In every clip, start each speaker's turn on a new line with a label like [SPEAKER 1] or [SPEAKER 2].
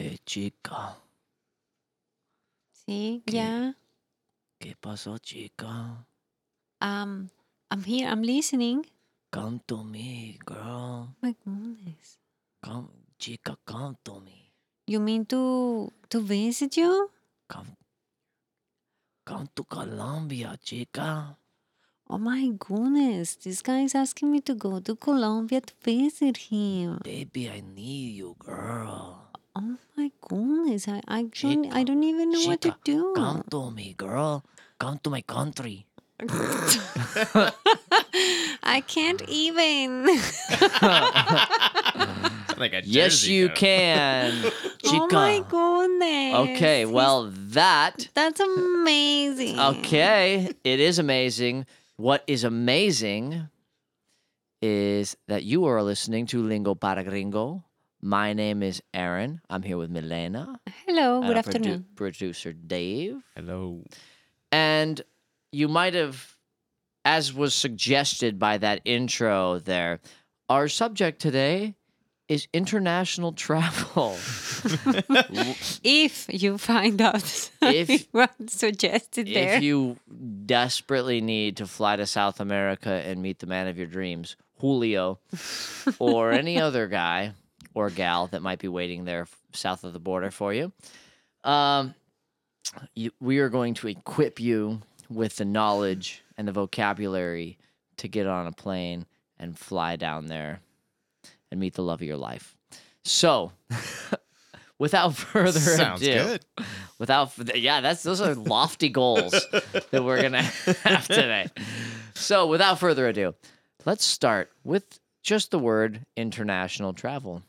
[SPEAKER 1] Eh, chica?
[SPEAKER 2] See,
[SPEAKER 1] Okay.
[SPEAKER 2] yeah.
[SPEAKER 1] ¿Qué pasó, chica?
[SPEAKER 2] Um, I'm here. I'm listening.
[SPEAKER 1] Come to me, girl.
[SPEAKER 2] My goodness.
[SPEAKER 1] Come, chica, come to me.
[SPEAKER 2] You mean to to visit you?
[SPEAKER 1] Come, come to Colombia, chica.
[SPEAKER 2] Oh my goodness! This guy is asking me to go to Colombia to visit him.
[SPEAKER 1] Baby, I need you, girl.
[SPEAKER 2] Oh my goodness! I I don't
[SPEAKER 1] Chica,
[SPEAKER 2] I don't even know what to
[SPEAKER 1] chica,
[SPEAKER 2] do.
[SPEAKER 1] Come to me, girl. Come to my country.
[SPEAKER 2] I can't even. Oh,
[SPEAKER 3] like a
[SPEAKER 1] Yes,
[SPEAKER 3] Jersey
[SPEAKER 1] you
[SPEAKER 3] guy.
[SPEAKER 1] can, chica.
[SPEAKER 2] Oh my goodness!
[SPEAKER 1] Okay,
[SPEAKER 2] He's-
[SPEAKER 1] well, that.
[SPEAKER 2] that's amazing.
[SPEAKER 1] Okay, it is amazing. What is amazing is that you are listening to Lingo para Gringo. My name is Aaron. I'm here with Milena.
[SPEAKER 2] Hello.
[SPEAKER 1] and
[SPEAKER 2] Oh, Good
[SPEAKER 1] our produ-
[SPEAKER 2] afternoon.
[SPEAKER 1] producer Dave.
[SPEAKER 3] Hello.
[SPEAKER 1] And you might have, as was suggested by that intro there, our subject today is international travel.
[SPEAKER 2] If you find out
[SPEAKER 1] If-
[SPEAKER 2] what suggested there,
[SPEAKER 1] If you desperately need to fly to South America and meet the man of your dreams, Julio, or any other guy or gal that might be waiting there f- south of the border for you, um, you, we are going to equip you with the knowledge and the vocabulary to get on a plane and fly down there and meet the love of your life. So, without further
[SPEAKER 3] Sounds
[SPEAKER 1] ado,
[SPEAKER 3] good.
[SPEAKER 1] without yeah that's those are lofty goals that we're gonna have today so without further ado let's start with just the word international travel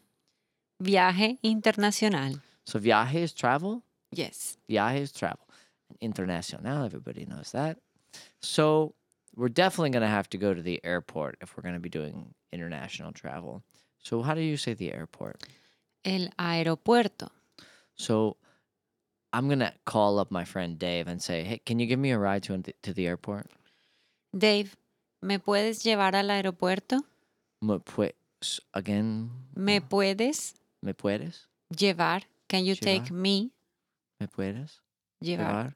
[SPEAKER 2] viaje internacional.
[SPEAKER 1] so viaje is travel
[SPEAKER 2] Yes.
[SPEAKER 1] viaje is travel international everybody knows that so we're definitely gonna have to go to the airport if we're gonna be doing international travel so how do you say the airport
[SPEAKER 2] El aeropuerto.
[SPEAKER 1] so i'm gonna call up my friend dave and say hey can you give me a ride to, to the airport
[SPEAKER 2] Dave, ¿me puedes llevar al aeropuerto?
[SPEAKER 1] ¿Me puedes? Again.
[SPEAKER 2] ¿Me puedes
[SPEAKER 1] ¿Me puedes?
[SPEAKER 2] llevar? Can you take
[SPEAKER 1] Llevar.
[SPEAKER 2] me
[SPEAKER 1] ¿Me puedes
[SPEAKER 2] llevar
[SPEAKER 1] llevar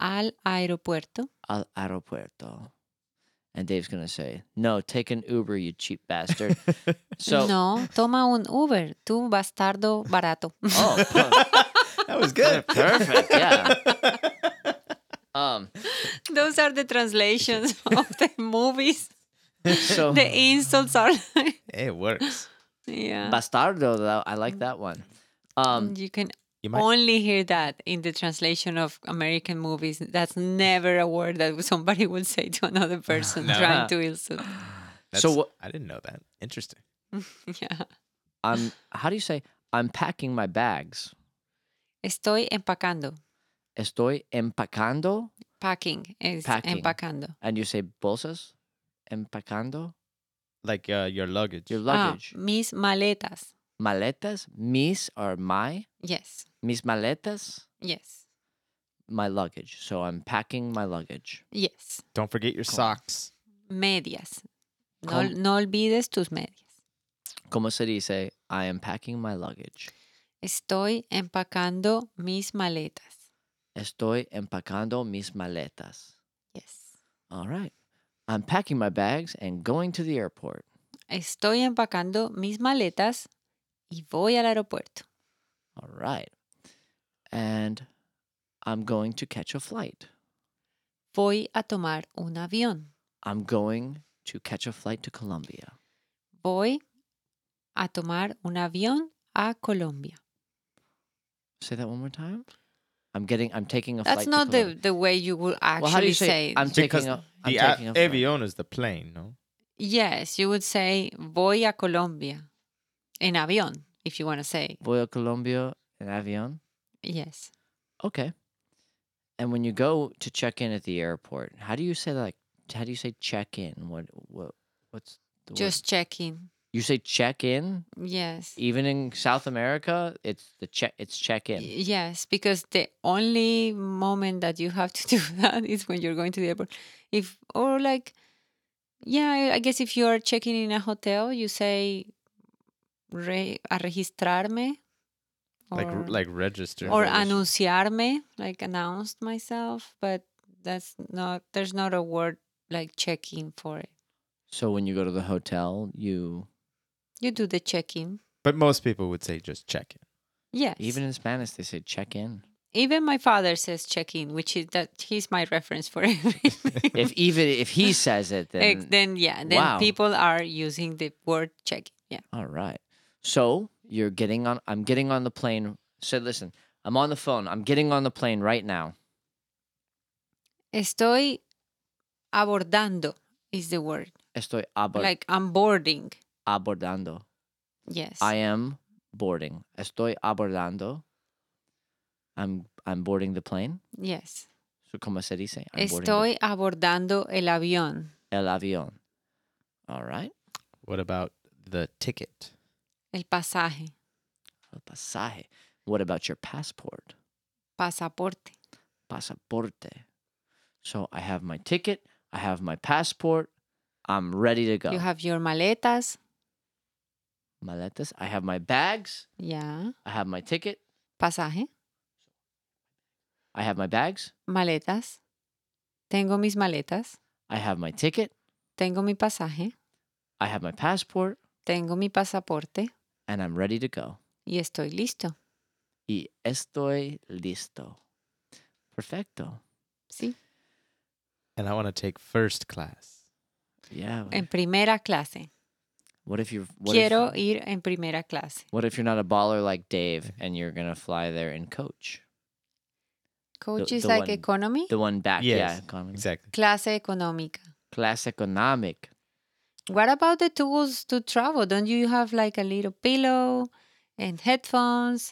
[SPEAKER 2] al aeropuerto?
[SPEAKER 1] al aeropuerto? And Dave's going to say, no, take an Uber, you cheap bastard. so,
[SPEAKER 2] no, toma un Uber, tú bastardo barato.
[SPEAKER 1] oh, per-
[SPEAKER 3] That was good.
[SPEAKER 1] perfect. Yeah. Um,
[SPEAKER 2] Those are the translations of the movies.
[SPEAKER 1] so,
[SPEAKER 2] The insults are
[SPEAKER 3] it works.
[SPEAKER 2] yeah.
[SPEAKER 1] bastardo, though, I like that one. Um,
[SPEAKER 2] you can
[SPEAKER 3] You might.
[SPEAKER 2] only hear that in the translation of American movies. That's never a word that somebody would say to another person
[SPEAKER 3] No.
[SPEAKER 2] trying to insult.
[SPEAKER 3] That's,
[SPEAKER 1] So what-
[SPEAKER 3] I didn't know that. Interesting.
[SPEAKER 2] Yeah.
[SPEAKER 1] I'm, how do you say, I'm packing my bags?
[SPEAKER 2] Estoy empacando.
[SPEAKER 1] Estoy empacando.
[SPEAKER 2] Packing is
[SPEAKER 1] Packing.
[SPEAKER 2] empacando.
[SPEAKER 1] And you say bolsas? Empacando.
[SPEAKER 3] Like uh, your luggage.
[SPEAKER 1] Your
[SPEAKER 2] Ah,
[SPEAKER 1] luggage.
[SPEAKER 2] mis maletas.
[SPEAKER 1] Maletas. Mis are my.
[SPEAKER 2] Yes.
[SPEAKER 1] mis maletas,
[SPEAKER 2] Yes.
[SPEAKER 1] my luggage. So I'm packing my luggage.
[SPEAKER 2] Yes.
[SPEAKER 3] Don't forget your socks.
[SPEAKER 2] Medias. No,
[SPEAKER 1] Com-
[SPEAKER 2] no olvides tus medias.
[SPEAKER 1] Como se dice, I am packing my luggage.
[SPEAKER 2] Estoy empacando mis maletas.
[SPEAKER 1] Estoy empacando mis maletas.
[SPEAKER 2] Yes.
[SPEAKER 1] All right. I'm packing my bags and going to the airport.
[SPEAKER 2] Estoy empacando mis maletas y voy al aeropuerto.
[SPEAKER 1] All right. And I'm going to catch a flight.
[SPEAKER 2] Voy a tomar un avión.
[SPEAKER 1] I'm going to catch a flight to Colombia.
[SPEAKER 2] Voy a tomar un avión a Colombia.
[SPEAKER 1] Say that one more time. I'm getting I'm taking a flight
[SPEAKER 2] That's
[SPEAKER 1] to
[SPEAKER 2] not the,
[SPEAKER 1] Colombia.
[SPEAKER 2] the way you would actually
[SPEAKER 1] Well, how do you say,
[SPEAKER 2] say.
[SPEAKER 1] I'm
[SPEAKER 3] Because
[SPEAKER 1] taking a I'm
[SPEAKER 3] the
[SPEAKER 1] taking a
[SPEAKER 3] a-
[SPEAKER 1] flight.
[SPEAKER 3] avion is the plane, no?
[SPEAKER 2] yes, you would say voy a Colombia en avión if you want to say
[SPEAKER 1] Voy a Colombia en avión.
[SPEAKER 2] yes.
[SPEAKER 1] Okay. And when you go to check in at the airport, how do you say like how do you say check in? What what what's the word?
[SPEAKER 2] Just checking.
[SPEAKER 1] you say check in
[SPEAKER 2] Yes.
[SPEAKER 1] even in South America, it's the check it's check in.
[SPEAKER 2] Y- Yes, because the only moment that you have to do that is when you're going to the airport. If or like, yeah, I guess if you are checking in a hotel, you say re, a registrarme or
[SPEAKER 3] like r- like register.
[SPEAKER 2] or
[SPEAKER 3] regis-
[SPEAKER 2] anunciarme, like announced myself, but that's not there's not a word like check-in for it.
[SPEAKER 1] So when you go to the hotel, you
[SPEAKER 2] You do the check-in.
[SPEAKER 3] But most people would say just check in.
[SPEAKER 2] Yes.
[SPEAKER 1] even in Spanish they say check in.
[SPEAKER 2] even my father says check-in, which is that he's my reference for everything.
[SPEAKER 1] if even if he says it,
[SPEAKER 2] Ex-
[SPEAKER 1] then
[SPEAKER 2] then yeah, then
[SPEAKER 1] Wow.
[SPEAKER 2] people are using the word check. Yeah.
[SPEAKER 1] all right. So you're getting on. I'm getting on the plane. Said, listen, I'm on the phone. I'm getting on the plane right now.
[SPEAKER 2] Estoy abordando is the word.
[SPEAKER 1] Estoy abor-
[SPEAKER 2] like I'm boarding.
[SPEAKER 1] abordando.
[SPEAKER 2] Yes.
[SPEAKER 1] I am boarding. Estoy abordando. I'm I'm boarding the plane.
[SPEAKER 2] yes.
[SPEAKER 1] So como se dice? I'm boarding
[SPEAKER 2] Estoy abordando el avión.
[SPEAKER 1] the, el avión. All right.
[SPEAKER 3] What about the ticket?
[SPEAKER 2] El pasaje.
[SPEAKER 1] El pasaje. What about your passport?
[SPEAKER 2] Pasaporte.
[SPEAKER 1] pasaporte. So I have my ticket, I have my passport, I'm ready to go.
[SPEAKER 2] You have your maletas.
[SPEAKER 1] maletas, I have my bags,
[SPEAKER 2] Yeah.
[SPEAKER 1] I have my ticket,
[SPEAKER 2] Pasaje.
[SPEAKER 1] I have my bags,
[SPEAKER 2] Maletas. Tengo mis maletas.
[SPEAKER 1] I have my ticket,
[SPEAKER 2] Tengo mi pasaje.
[SPEAKER 1] I have my passport,
[SPEAKER 2] Tengo mi pasaporte.
[SPEAKER 1] and I'm ready to go.
[SPEAKER 2] Y estoy listo.
[SPEAKER 1] Y estoy listo. Perfecto.
[SPEAKER 2] Sí.
[SPEAKER 3] And I want to take first class.
[SPEAKER 1] Yeah.
[SPEAKER 2] En primera clase.
[SPEAKER 1] What if you're what
[SPEAKER 2] Quiero
[SPEAKER 1] if,
[SPEAKER 2] ir en primera clase.
[SPEAKER 1] what if you're not a baller like Dave and you're gonna fly there in coach?
[SPEAKER 2] Coach
[SPEAKER 1] The-
[SPEAKER 2] is
[SPEAKER 1] the
[SPEAKER 2] like
[SPEAKER 1] one-
[SPEAKER 2] economy.
[SPEAKER 1] The one back, Ah, yeah,
[SPEAKER 3] Yes,
[SPEAKER 1] economy.
[SPEAKER 3] Exactly.
[SPEAKER 2] Clase económica.
[SPEAKER 1] Class economic.
[SPEAKER 2] What about the tools to travel? Don't you have like a little pillow and headphones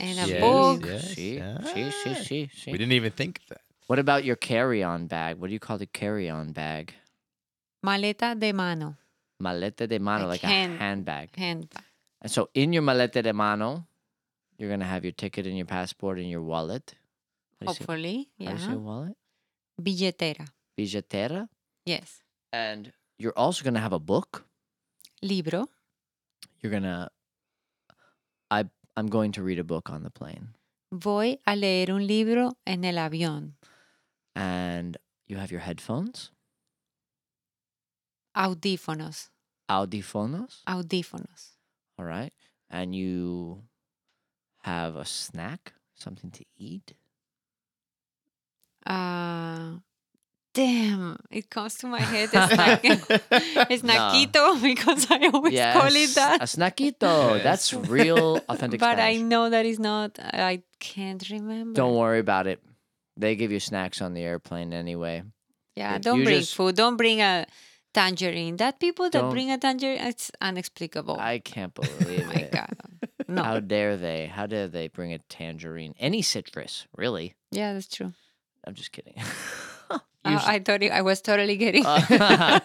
[SPEAKER 2] and a
[SPEAKER 3] Yes,
[SPEAKER 2] book?
[SPEAKER 3] yes.
[SPEAKER 1] See, see, see,
[SPEAKER 3] yes.
[SPEAKER 1] see,
[SPEAKER 3] We
[SPEAKER 1] see.
[SPEAKER 3] didn't even think of that.
[SPEAKER 1] What about your carry-on bag? What do you call the carry-on bag?
[SPEAKER 2] Maleta de mano.
[SPEAKER 1] Maleta de mano,
[SPEAKER 2] Like
[SPEAKER 1] like,
[SPEAKER 2] hand-
[SPEAKER 1] a handbag.
[SPEAKER 2] Handbag.
[SPEAKER 1] And so in your maleta de mano, you're gonna have your ticket and your passport and your wallet. How do you say-
[SPEAKER 2] Hopefully.
[SPEAKER 1] how do you say
[SPEAKER 2] Yeah.
[SPEAKER 1] wallet?
[SPEAKER 2] Billetera.
[SPEAKER 1] Billetera.
[SPEAKER 2] Yes.
[SPEAKER 1] And you're also gonna have a book.
[SPEAKER 2] Libro.
[SPEAKER 1] You're gonna. I I'm going to read a book on the plane,
[SPEAKER 2] Voy a leer un libro en el avión.
[SPEAKER 1] and you have your headphones,
[SPEAKER 2] Audífonos.
[SPEAKER 1] audífonos.
[SPEAKER 2] Audífonos.
[SPEAKER 1] All right, and you have a snack, something to eat.
[SPEAKER 2] Ah, damn, it comes to my head. It's like. It's
[SPEAKER 1] No.
[SPEAKER 2] Naquito because I always call it that.
[SPEAKER 1] a snackito. That's
[SPEAKER 3] Yes.
[SPEAKER 1] real authentic
[SPEAKER 2] but I
[SPEAKER 1] Spanish.
[SPEAKER 2] know that is not. I can't remember.
[SPEAKER 1] Don't worry about it. They give you snacks on the airplane anyway.
[SPEAKER 2] Yeah,
[SPEAKER 1] You-
[SPEAKER 2] don't
[SPEAKER 1] you
[SPEAKER 2] bring
[SPEAKER 1] just-
[SPEAKER 2] food. Don't bring a tangerine. That people that
[SPEAKER 1] Don't-
[SPEAKER 2] bring a tangerine, it's unexplicable.
[SPEAKER 1] I can't believe
[SPEAKER 2] Oh my
[SPEAKER 1] it.
[SPEAKER 2] God. No.
[SPEAKER 1] How dare they? How dare they bring a tangerine? Any citrus, really?
[SPEAKER 2] yeah, that's true.
[SPEAKER 1] I'm just kidding.
[SPEAKER 2] Uh, I thought it, I was totally getting
[SPEAKER 1] Uh,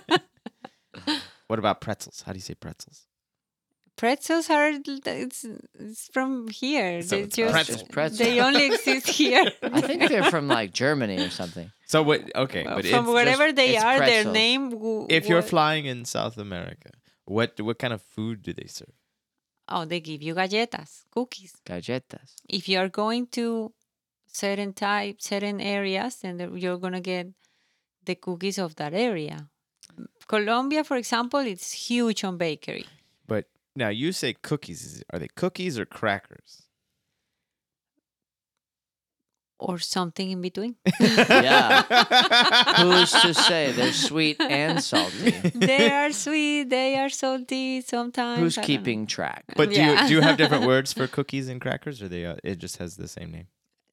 [SPEAKER 3] What about pretzels? How do you say pretzels?
[SPEAKER 2] pretzels are. It's, it's from here.
[SPEAKER 3] So
[SPEAKER 2] they
[SPEAKER 3] it's
[SPEAKER 2] just
[SPEAKER 3] pretzel.
[SPEAKER 1] pretzel.
[SPEAKER 2] they only exist here.
[SPEAKER 1] I think they're from like Germany or something.
[SPEAKER 3] So what? Okay, but
[SPEAKER 2] from
[SPEAKER 3] if,
[SPEAKER 2] wherever they
[SPEAKER 1] it's
[SPEAKER 2] are, their
[SPEAKER 1] pretzels.
[SPEAKER 2] name. w-
[SPEAKER 3] if you're
[SPEAKER 2] would-
[SPEAKER 3] flying in South America, what what kind of food do they serve?
[SPEAKER 2] oh, they give you galletas, cookies.
[SPEAKER 1] Galletas.
[SPEAKER 2] if you are going to certain type certain areas then the- you're going to get the cookies of that area colombia for example it's huge on bakery
[SPEAKER 3] But now you say cookies. Is- Are they cookies or crackers?
[SPEAKER 2] or something in between
[SPEAKER 1] Yeah. Who's to say they're sweet and salty?
[SPEAKER 2] they are sweet they are salty sometimes
[SPEAKER 1] Who's
[SPEAKER 2] I don't know.
[SPEAKER 1] keeping track?
[SPEAKER 3] But do
[SPEAKER 2] Yeah.
[SPEAKER 3] you do you have different words for cookies and crackers, or they uh, it just has the same name?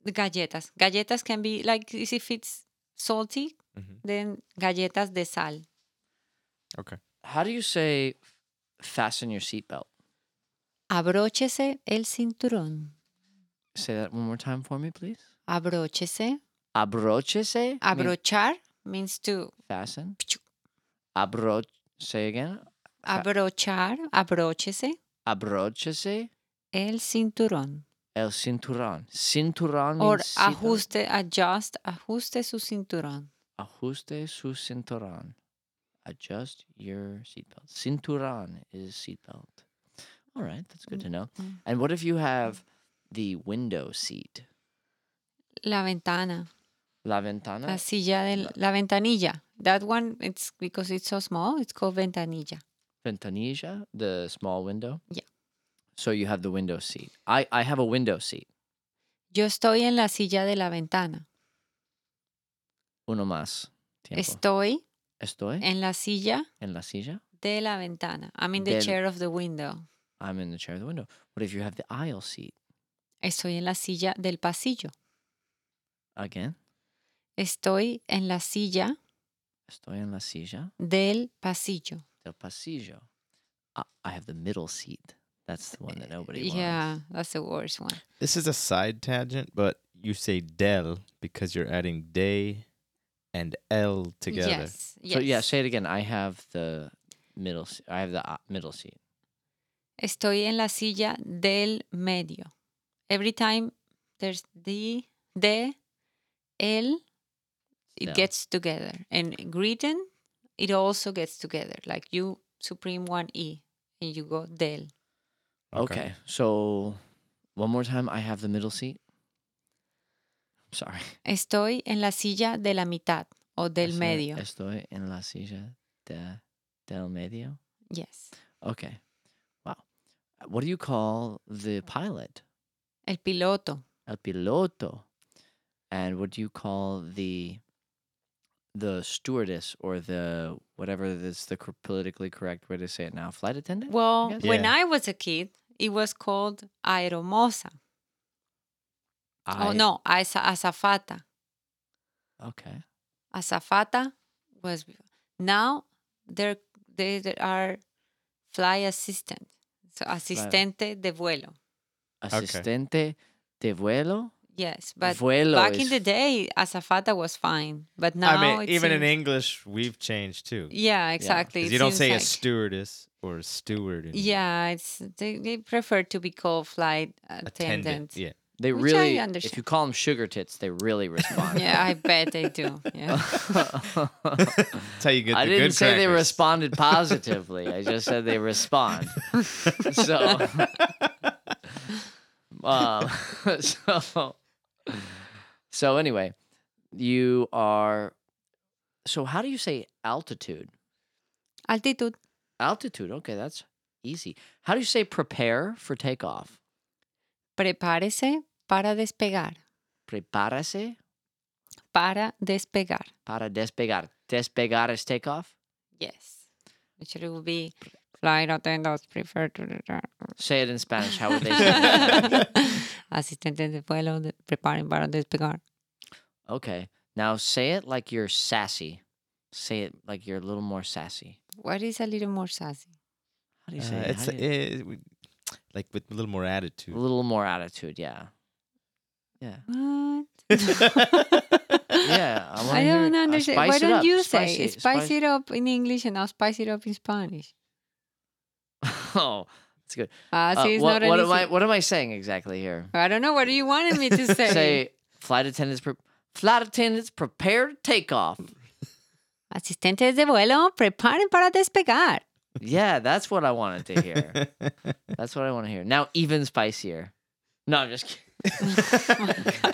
[SPEAKER 2] the galletas galletas can be like is if it's salty
[SPEAKER 1] Mm-hmm.
[SPEAKER 3] Mhm.
[SPEAKER 2] then galletas de sal
[SPEAKER 3] Okay.
[SPEAKER 1] How do you say fasten your seatbelt?
[SPEAKER 2] abróchese el cinturón
[SPEAKER 1] Say that one more time for me, please.
[SPEAKER 2] abróchese
[SPEAKER 1] Abrochese. means
[SPEAKER 2] abrochar means to
[SPEAKER 1] Fasten.
[SPEAKER 2] Pchu.
[SPEAKER 1] Abroch. Say again. Fa-
[SPEAKER 2] abrochar abróchese
[SPEAKER 1] Abrochese
[SPEAKER 2] El cinturón.
[SPEAKER 1] el cinturón. Cinturón means
[SPEAKER 2] Or
[SPEAKER 1] seatbelt.
[SPEAKER 2] ajuste, adjust, ajuste su cinturón.
[SPEAKER 1] Ajuste su cinturón. Adjust your seatbelt. Cinturón is seatbelt. All right, that's good to know.
[SPEAKER 2] mm.
[SPEAKER 1] And what if you have the window seat.
[SPEAKER 2] La ventana.
[SPEAKER 1] La ventana.
[SPEAKER 2] La silla de la, ventanilla. That one, it's because it's so small, it's called ventanilla.
[SPEAKER 1] Ventanilla, the small window.
[SPEAKER 2] Yeah.
[SPEAKER 1] So you have the window seat. I, I have a window seat.
[SPEAKER 2] Yo estoy en la silla de la ventana.
[SPEAKER 1] Uno más. Tiempo.
[SPEAKER 2] Estoy
[SPEAKER 1] Estoy
[SPEAKER 2] en la silla
[SPEAKER 1] en la silla.
[SPEAKER 2] de la ventana. I'm in the
[SPEAKER 1] Del-
[SPEAKER 2] chair of the window.
[SPEAKER 1] I'm in the chair of the window. What if you have the aisle seat?
[SPEAKER 2] Estoy en la silla del pasillo.
[SPEAKER 1] Again.
[SPEAKER 2] Estoy en la silla
[SPEAKER 1] Estoy en la silla
[SPEAKER 2] del pasillo.
[SPEAKER 1] del pasillo. I, I have the middle seat. That's the one that nobody wants.
[SPEAKER 2] Yeah, that's the worst one.
[SPEAKER 3] This is a side tangent, but you say del because you're adding day and l together.
[SPEAKER 2] Yes, yes.
[SPEAKER 1] So yeah, say it again. I have the middle. se- I have the uh, middle seat.
[SPEAKER 2] Estoy en la silla del medio. Every time there's the, de, el, it
[SPEAKER 1] Del.
[SPEAKER 2] gets together. And written, it also gets together. Like you supreme one e, and you go del.
[SPEAKER 1] Okay. So one more time. I have the middle seat. I'm sorry.
[SPEAKER 2] Estoy en la silla de la mitad o del
[SPEAKER 1] Estoy-
[SPEAKER 2] medio.
[SPEAKER 1] Estoy en la silla de, del medio.
[SPEAKER 2] Yes.
[SPEAKER 1] Okay. Wow. What do you call the pilot?
[SPEAKER 2] El piloto,
[SPEAKER 1] El piloto. And what do you call the the stewardess or the whatever that's the cor- politically correct way to say it now? Flight attendant?
[SPEAKER 2] Well,
[SPEAKER 1] guess.
[SPEAKER 2] when
[SPEAKER 3] Yeah.
[SPEAKER 2] I was a kid, it was called aeromoza.
[SPEAKER 1] I-
[SPEAKER 2] oh no, aza- azafata.
[SPEAKER 1] Okay.
[SPEAKER 2] Azafata was before. now there they there are fly assistant. So asistente de vuelo.
[SPEAKER 1] Asistente de vuelo.
[SPEAKER 2] Yes, but
[SPEAKER 1] vuelo
[SPEAKER 2] back
[SPEAKER 1] is
[SPEAKER 2] in the day, azafata was fine, but now
[SPEAKER 3] I mean,
[SPEAKER 2] it
[SPEAKER 3] even in
[SPEAKER 2] seems-
[SPEAKER 3] English, we've changed too. 'Cause
[SPEAKER 2] yeah, exactly. it
[SPEAKER 3] you don't
[SPEAKER 2] seems
[SPEAKER 3] say a
[SPEAKER 2] like-
[SPEAKER 3] stewardess or a steward. anymore.
[SPEAKER 2] Yeah, it's they, they prefer to be called flight attendant.
[SPEAKER 3] Attendant. Yeah.
[SPEAKER 1] They
[SPEAKER 2] Which I
[SPEAKER 1] really, if
[SPEAKER 2] understand.
[SPEAKER 1] you call them sugar tits, they really respond.
[SPEAKER 2] yeah, I bet they do. Yeah.
[SPEAKER 3] That's how you get
[SPEAKER 1] I
[SPEAKER 3] the
[SPEAKER 1] didn't
[SPEAKER 3] good
[SPEAKER 1] say they
[SPEAKER 3] crackers.
[SPEAKER 1] responded positively. I just said they respond. so, um, so, so anyway, you are. So, how do you say altitude?
[SPEAKER 2] Altitud.
[SPEAKER 1] Altitude. Okay, that's easy. How do you say prepare for takeoff?
[SPEAKER 2] Prepárese para despegar.
[SPEAKER 1] Prepárese
[SPEAKER 2] Para despegar.
[SPEAKER 1] para despegar. Despegar is takeoff.
[SPEAKER 2] Yes. Which it will be flight attendants prefer to.
[SPEAKER 1] Say it in Spanish. How would they say it?
[SPEAKER 2] Asistentes de vuelo de- preparen para despegar.
[SPEAKER 1] Okay. Now say it like you're sassy. Say it like you're a little more sassy.
[SPEAKER 2] What is a little more sassy?
[SPEAKER 1] How do you say
[SPEAKER 3] Uh,
[SPEAKER 1] it? How
[SPEAKER 3] it's
[SPEAKER 1] do you-
[SPEAKER 3] uh, we- like with a little more attitude.
[SPEAKER 1] a little more attitude, yeah. Yeah.
[SPEAKER 2] What?
[SPEAKER 1] Yeah. I, wanna
[SPEAKER 2] I don't
[SPEAKER 1] hear it. Uh,
[SPEAKER 2] understand.
[SPEAKER 1] spice
[SPEAKER 2] Why
[SPEAKER 1] it
[SPEAKER 2] don't
[SPEAKER 1] up.
[SPEAKER 2] you
[SPEAKER 1] Spice
[SPEAKER 2] say
[SPEAKER 1] it,
[SPEAKER 2] spice, it up in English and I'll spice it up in Spanish?
[SPEAKER 1] oh, that's good.
[SPEAKER 2] Ah,
[SPEAKER 1] Uh,
[SPEAKER 2] see, it's
[SPEAKER 1] what,
[SPEAKER 2] not
[SPEAKER 1] what
[SPEAKER 2] an
[SPEAKER 1] am I
[SPEAKER 2] easy.
[SPEAKER 1] what am I saying exactly here?
[SPEAKER 2] I don't know. What do you wanted me to say?
[SPEAKER 1] Say flight attendants pre- flight attendants prepare to take off.
[SPEAKER 2] Asistentes de vuelo, preparen para despegar.
[SPEAKER 1] Yeah, that's what I wanted to hear. That's what I want to hear. Now even spicier. No, I'm just kidding.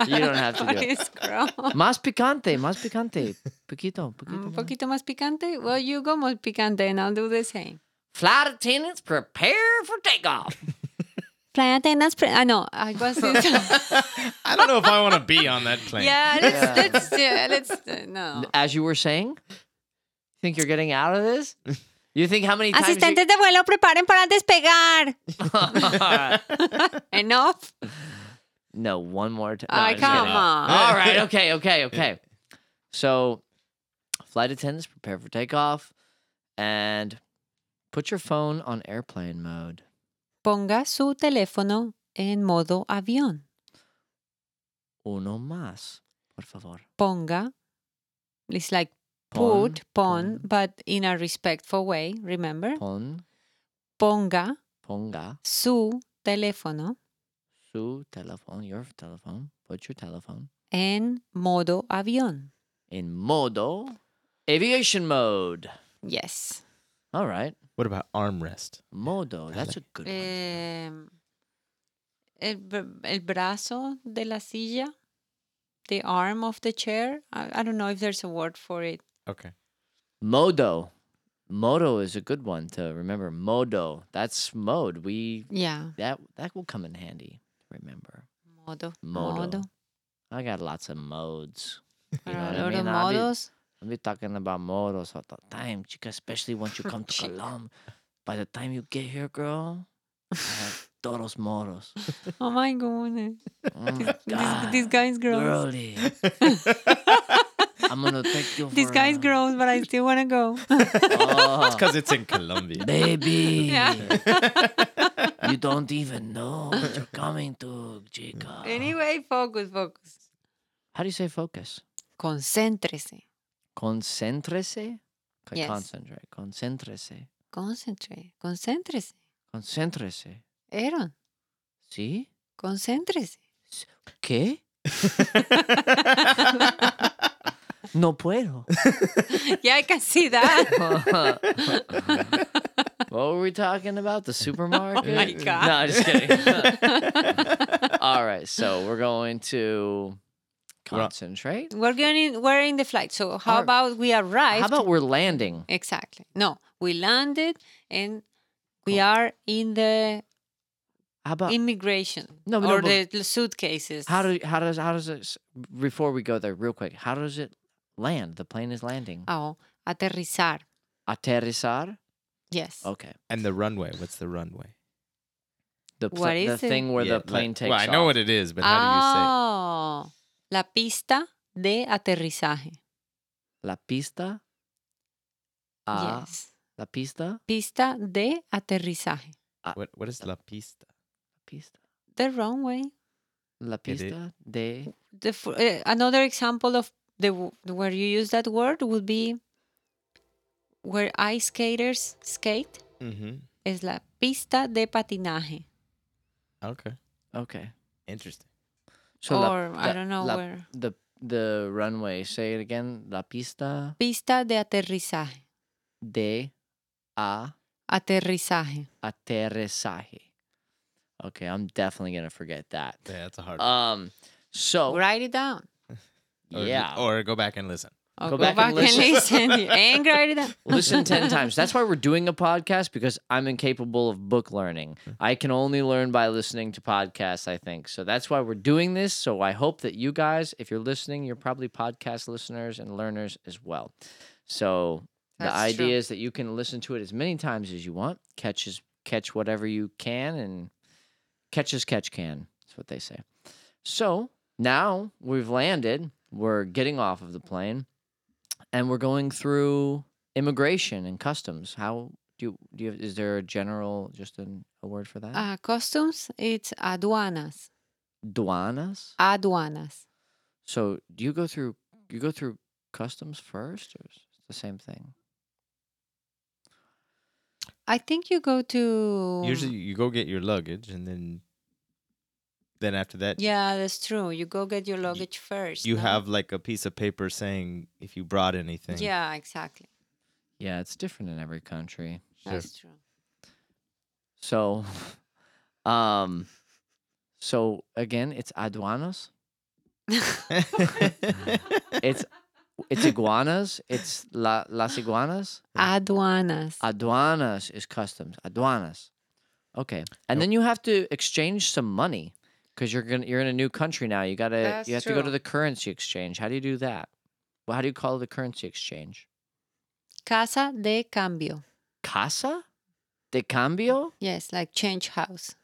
[SPEAKER 1] You don't have to do it.
[SPEAKER 2] Fucking scroll.
[SPEAKER 1] Más picante, más picante. Poquito, poquito.
[SPEAKER 2] Un
[SPEAKER 1] más.
[SPEAKER 2] poquito más picante. Well, you go más picante and I'll do the same.
[SPEAKER 1] Flight attendants, prepare for takeoff.
[SPEAKER 2] Fly attendants. Pre- ah, I know. I was.
[SPEAKER 3] I don't know if I want to be on that plane.
[SPEAKER 2] yeah.
[SPEAKER 1] Yeah.
[SPEAKER 2] Let's. Let's. Yeah, let's. Uh, no.
[SPEAKER 1] As you were saying, think you're getting out of this? You think how many times? you-
[SPEAKER 2] Asistentes de vuelo, preparen para despegar.
[SPEAKER 1] All right.
[SPEAKER 2] Enough.
[SPEAKER 1] no, one more time.
[SPEAKER 2] I come on.
[SPEAKER 1] All right, okay, okay, okay. So, flight attendants, prepare for takeoff, and put your phone on airplane mode.
[SPEAKER 2] Ponga su teléfono en modo avión.
[SPEAKER 1] Uno más, por favor.
[SPEAKER 2] Ponga. It's like
[SPEAKER 1] Pon,
[SPEAKER 2] put, pon, but in a respectful way. Remember.
[SPEAKER 1] pon,
[SPEAKER 2] Ponga
[SPEAKER 1] ponga
[SPEAKER 2] su teléfono
[SPEAKER 1] su teléfono, your telephone, put your telephone
[SPEAKER 2] en modo avión.
[SPEAKER 1] in modo aviation mode.
[SPEAKER 2] Yes.
[SPEAKER 1] All right.
[SPEAKER 3] What about armrest?
[SPEAKER 1] Modo. That's a good one.
[SPEAKER 2] Um, Em, el, br- el brazo de la silla, the arm of the chair. I, I don't know if there's a word for it.
[SPEAKER 3] Okay.
[SPEAKER 1] Modo. Modo is a good one to remember. Modo. That's mode. We
[SPEAKER 2] Yeah.
[SPEAKER 1] that that will come in handy to remember.
[SPEAKER 2] Modo.
[SPEAKER 1] Modo.
[SPEAKER 2] Modo.
[SPEAKER 1] I got lots of modes. You know
[SPEAKER 2] Pero
[SPEAKER 1] what I
[SPEAKER 2] los
[SPEAKER 1] mean? I'll be-
[SPEAKER 2] modos.
[SPEAKER 1] I'll be talking about modos all the time, chica. Especially once you come to
[SPEAKER 2] Chica.
[SPEAKER 1] Colombia. By the time you get here, girl, I have todos modos.
[SPEAKER 2] Oh my goodness.
[SPEAKER 1] Oh my
[SPEAKER 2] This,
[SPEAKER 1] God.
[SPEAKER 2] this guy's gross.
[SPEAKER 1] girly. I'm gonna take you.
[SPEAKER 2] This
[SPEAKER 1] for
[SPEAKER 2] guy's
[SPEAKER 1] a-
[SPEAKER 2] gross, but I still want to go.
[SPEAKER 1] Oh,
[SPEAKER 3] Because it's in Colombia.
[SPEAKER 1] baby.
[SPEAKER 2] Yeah.
[SPEAKER 1] You don't even know what you're coming to, chica.
[SPEAKER 2] anyway, focus, focus.
[SPEAKER 1] How do you say focus?
[SPEAKER 2] Concéntrese.
[SPEAKER 1] Concéntrese? Okay,
[SPEAKER 2] Yes.
[SPEAKER 1] Concentrate. Concéntrese.
[SPEAKER 2] Concentre. Concéntrese.
[SPEAKER 1] Concéntrese.
[SPEAKER 2] Aaron,
[SPEAKER 1] ¿Sí?
[SPEAKER 2] concéntrese.
[SPEAKER 1] ¿Qué? No puedo.
[SPEAKER 2] yeah, I can see that.
[SPEAKER 1] what were we talking about? The supermarket?
[SPEAKER 2] Oh my God.
[SPEAKER 1] No, I'm just kidding. All right, so we're going to
[SPEAKER 3] We're on-
[SPEAKER 1] concentrate.
[SPEAKER 2] We're getting we're in the flight. So how
[SPEAKER 1] Are-
[SPEAKER 2] about we arrived?
[SPEAKER 1] How about we're landing?
[SPEAKER 2] exactly? No, we landed and we
[SPEAKER 1] Oh.
[SPEAKER 2] are in the
[SPEAKER 1] How about
[SPEAKER 2] immigration
[SPEAKER 1] Uh, No, but no,
[SPEAKER 2] or
[SPEAKER 1] but-
[SPEAKER 2] the suitcases.
[SPEAKER 1] How do how does how does it s- before we go there real quick? How does it land? The plane is landing.
[SPEAKER 2] oh aterrizar?
[SPEAKER 1] Aterrizar.
[SPEAKER 2] Yes.
[SPEAKER 3] Oh,
[SPEAKER 1] Okay.
[SPEAKER 3] and the runway. What's the runway?
[SPEAKER 1] The pl-
[SPEAKER 2] What
[SPEAKER 1] the
[SPEAKER 2] is it?
[SPEAKER 1] thing where
[SPEAKER 3] Yeah,
[SPEAKER 1] the plane
[SPEAKER 3] like-
[SPEAKER 1] takes
[SPEAKER 3] Well, I know
[SPEAKER 1] off.
[SPEAKER 3] what it is, but how
[SPEAKER 2] oh, la pista de aterrizaje.
[SPEAKER 1] La pista. Ah,
[SPEAKER 2] yes.
[SPEAKER 1] La pista.
[SPEAKER 2] Pista de aterrizaje.
[SPEAKER 3] do you say? What What is la pista?
[SPEAKER 1] Pista.
[SPEAKER 2] The wrong way.
[SPEAKER 1] La
[SPEAKER 3] It i-
[SPEAKER 1] pista de.
[SPEAKER 2] the f- uh, another example of the w- where you use that word would be where ice skaters skate
[SPEAKER 3] Mm-hmm.
[SPEAKER 2] es la pista de patinaje
[SPEAKER 3] Okay.
[SPEAKER 1] Okay.
[SPEAKER 3] Interesting.
[SPEAKER 1] So la-
[SPEAKER 2] or I
[SPEAKER 1] la-
[SPEAKER 2] don't know
[SPEAKER 1] la-
[SPEAKER 2] where
[SPEAKER 1] the the runway. Say it again. La pista
[SPEAKER 2] pista de aterrizaje
[SPEAKER 1] de a
[SPEAKER 2] aterrizaje
[SPEAKER 1] aterrizaje. Okay, I'm definitely gonna forget that.
[SPEAKER 3] Yeah, that's a hard.
[SPEAKER 1] Um. So
[SPEAKER 2] write it down
[SPEAKER 3] or,
[SPEAKER 1] yeah.
[SPEAKER 3] Or go back and listen.
[SPEAKER 2] or
[SPEAKER 1] Go back and
[SPEAKER 2] listen and write it down
[SPEAKER 1] Listen 10 times. That's why we're doing a podcast because I'm incapable of book learning. I can only learn by listening to podcasts, I think. So that's why we're doing this. So I hope that you guys, if you're listening, you're probably podcast listeners and learners as well. So the
[SPEAKER 2] That's
[SPEAKER 1] idea
[SPEAKER 2] true.
[SPEAKER 1] is that you can listen to it as many times as you want, catch, as, catch whatever you can, and catch as catch can. That's what they say. So now we've landed, we're getting off of the plane, and we're going through immigration and customs. How do you, do you is there a general just an, a word for that?
[SPEAKER 2] uh, customs it's aduanas uh,
[SPEAKER 1] Duanas.
[SPEAKER 2] aduanas
[SPEAKER 1] So do you go through you go through customs first, or is it the same thing?
[SPEAKER 2] I think you go to
[SPEAKER 3] Usually, you go get your luggage, and then then after that,
[SPEAKER 2] yeah that's true you go get your luggage first
[SPEAKER 3] you
[SPEAKER 2] no?
[SPEAKER 3] have like a piece of paper saying if you brought anything.
[SPEAKER 2] yeah exactly
[SPEAKER 1] Yeah, it's different in every country.
[SPEAKER 3] Sure.
[SPEAKER 2] that's true
[SPEAKER 1] So, um, so again, it's aduanas. It's it's iguanas. It's la, las iguanas.
[SPEAKER 2] Aduanas.
[SPEAKER 1] Aduanas is customs. Aduanas. Okay, and
[SPEAKER 3] Yep.
[SPEAKER 1] then you have to exchange some money because you're gonna you're in a new country now. You gotta
[SPEAKER 2] That's
[SPEAKER 1] you have to go to
[SPEAKER 2] true.
[SPEAKER 1] the currency exchange. How do you do that? Well, how do you call the currency exchange?
[SPEAKER 2] Casa de cambio.
[SPEAKER 1] Casa de cambio.
[SPEAKER 2] Yes, like change house.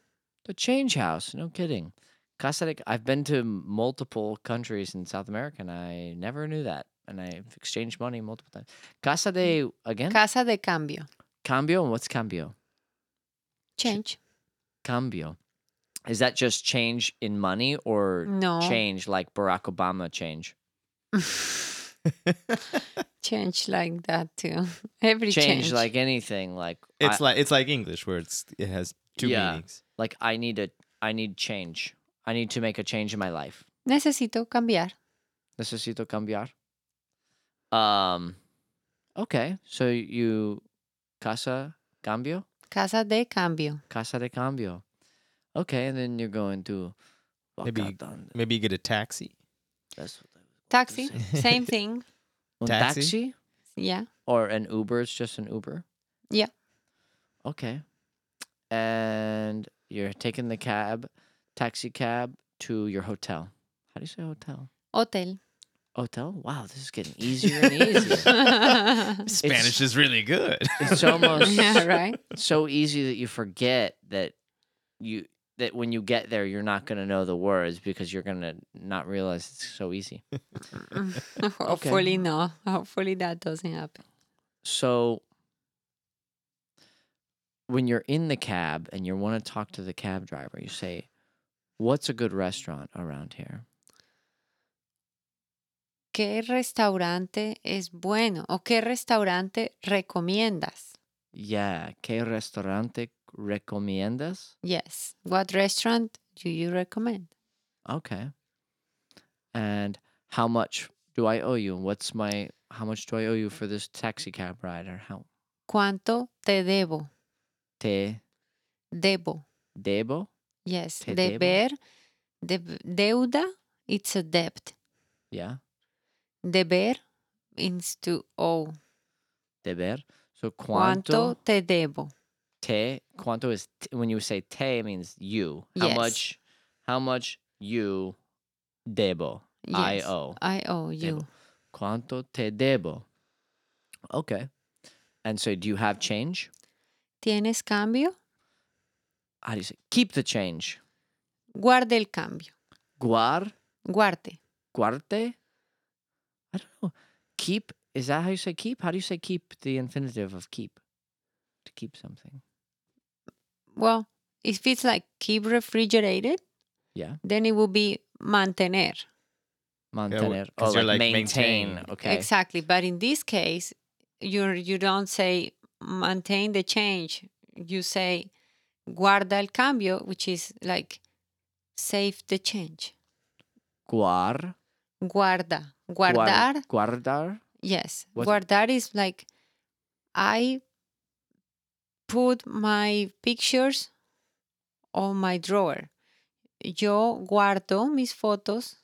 [SPEAKER 1] The change house. No kidding. Casa de, I've been to multiple countries in South America and I never knew that. And I've exchanged money multiple times. Casa de, again?
[SPEAKER 2] Casa de cambio.
[SPEAKER 1] cambio. And what's cambio?
[SPEAKER 2] Change.
[SPEAKER 1] Cambio. Is that just change in money or
[SPEAKER 2] No.
[SPEAKER 1] change like Barack Obama change?
[SPEAKER 2] Change like that too. Every
[SPEAKER 1] Change,
[SPEAKER 2] change.
[SPEAKER 1] like anything. Like,
[SPEAKER 3] It's
[SPEAKER 1] I,
[SPEAKER 3] like it's like English where it's it has two
[SPEAKER 1] Yeah.
[SPEAKER 3] meanings.
[SPEAKER 1] like I need a, I need change. I need to make a change in my life.
[SPEAKER 2] Necesito cambiar.
[SPEAKER 1] Necesito cambiar. Um, okay. So you casa cambio,
[SPEAKER 2] Casa de cambio.
[SPEAKER 1] casa de cambio. Okay, and then you're going to
[SPEAKER 3] Maybe-
[SPEAKER 1] Bacatan.
[SPEAKER 3] Maybe you get a taxi.
[SPEAKER 1] That's what I was going to
[SPEAKER 2] Taxi,
[SPEAKER 1] say.
[SPEAKER 2] same thing.
[SPEAKER 1] Un
[SPEAKER 3] Taxi?
[SPEAKER 1] taxi
[SPEAKER 2] Yeah.
[SPEAKER 1] or an Uber. It's just an Uber.
[SPEAKER 2] Yeah.
[SPEAKER 1] Okay. And you're taking the cab, taxi cab to your hotel. How do you say hotel?
[SPEAKER 2] Hotel.
[SPEAKER 1] Hotel. Wow, this is getting easier and easier.
[SPEAKER 3] Spanish is really good.
[SPEAKER 1] it's almost
[SPEAKER 2] yeah, right?
[SPEAKER 1] so easy that you forget that you that when you get there you're not going to know the words because you're going to not realize it's so easy.
[SPEAKER 2] Hopefully, no. Hopefully, that doesn't happen.
[SPEAKER 1] So when you're in the cab and you want to talk to the cab driver, you say, "What's a good restaurant around here?"
[SPEAKER 2] ¿Qué restaurante es bueno o qué restaurante recomiendas?
[SPEAKER 1] Yeah, ¿qué restaurante recomiendas?
[SPEAKER 2] Yes. What restaurant do you recommend?
[SPEAKER 1] Okay. And how much do I owe you? What's my how much do I owe you for this taxi cab ride or how
[SPEAKER 2] ¿Cuánto te debo?
[SPEAKER 1] te
[SPEAKER 2] Debo.
[SPEAKER 1] debo?
[SPEAKER 2] Yes.
[SPEAKER 1] Te debo.
[SPEAKER 2] Deber. deb- deuda. It's a debt.
[SPEAKER 1] Yeah,
[SPEAKER 2] Deber means to owe.
[SPEAKER 1] deber. So cuánto
[SPEAKER 2] ¿Cuánto te debo?
[SPEAKER 1] te cuánto is t- when you say te it means you. How
[SPEAKER 2] Yes.
[SPEAKER 1] much how much you debo. I
[SPEAKER 2] Yes,
[SPEAKER 1] owe.
[SPEAKER 2] I owe you.
[SPEAKER 1] Debo. Cuánto te debo. Okay. And so do you have change?
[SPEAKER 2] ¿Tienes cambio?
[SPEAKER 1] How do you say keep the change?
[SPEAKER 2] Guarde el cambio.
[SPEAKER 1] Guar
[SPEAKER 2] Guarde.
[SPEAKER 1] guarte? I don't know. Keep is that how you say keep? How do you say keep the infinitive of keep? To keep something.
[SPEAKER 2] Well, if it's like keep refrigerated,
[SPEAKER 1] Yeah.
[SPEAKER 2] then it would be mantener.
[SPEAKER 1] Mantener. or
[SPEAKER 3] 'cause you're like
[SPEAKER 1] maintain.
[SPEAKER 3] maintain.
[SPEAKER 1] Okay.
[SPEAKER 2] Exactly. But in this case, you you don't say maintain the change. You say guarda el cambio, which is like save the change.
[SPEAKER 1] Guar.
[SPEAKER 2] Guarda.
[SPEAKER 1] guar-
[SPEAKER 2] Guardar.
[SPEAKER 1] Guardar.
[SPEAKER 2] yes.
[SPEAKER 1] What-
[SPEAKER 2] Guardar is like I put my pictures on my drawer. Yo guardo mis fotos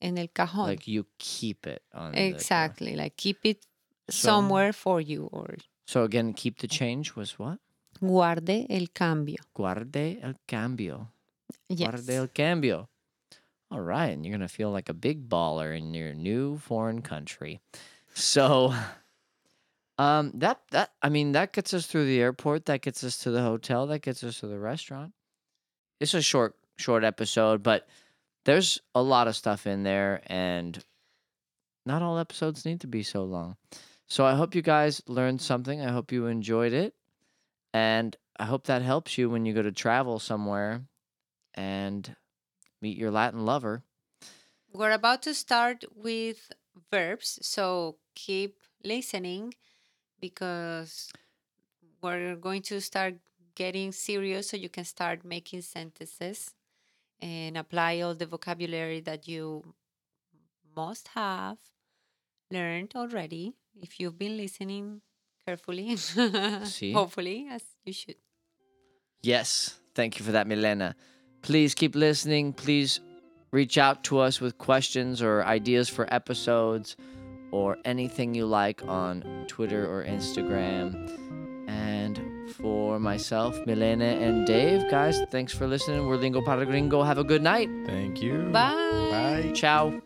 [SPEAKER 2] en el cajón.
[SPEAKER 1] Like uh, you keep it on. the drawer.
[SPEAKER 2] exactly. Like keep it
[SPEAKER 1] So-
[SPEAKER 2] somewhere for you or
[SPEAKER 1] So again, keep the change was what?
[SPEAKER 2] guarde el cambio.
[SPEAKER 1] Guarde el cambio.
[SPEAKER 2] Yes.
[SPEAKER 1] Guarde el cambio. All right, and you're gonna feel like a big baller in your new foreign country. So, um, that that I mean that gets us through the airport. That gets us to the hotel. That gets us to the restaurant. It's a short short episode, but there's a lot of stuff in there, and not all episodes need to be so long. So I hope you guys learned something. I hope you enjoyed it, and I hope that helps you when you go to travel somewhere and meet your Latin lover.
[SPEAKER 2] We're about to start with verbs, so keep listening because we're going to start getting serious so you can start making sentences and apply all the vocabulary that you must have learned already if you've been listening carefully.
[SPEAKER 1] See?
[SPEAKER 2] Hopefully, as you should.
[SPEAKER 1] Yes, thank you for that, Milena. Please keep listening. Please reach out to us with questions or ideas for episodes or anything you like on Twitter or Instagram. And for myself, Milena, and Dave, guys, thanks for listening. We're Lingo Para Gringo. Have a good night.
[SPEAKER 3] Thank you.
[SPEAKER 2] Bye.
[SPEAKER 3] Bye.
[SPEAKER 1] Ciao.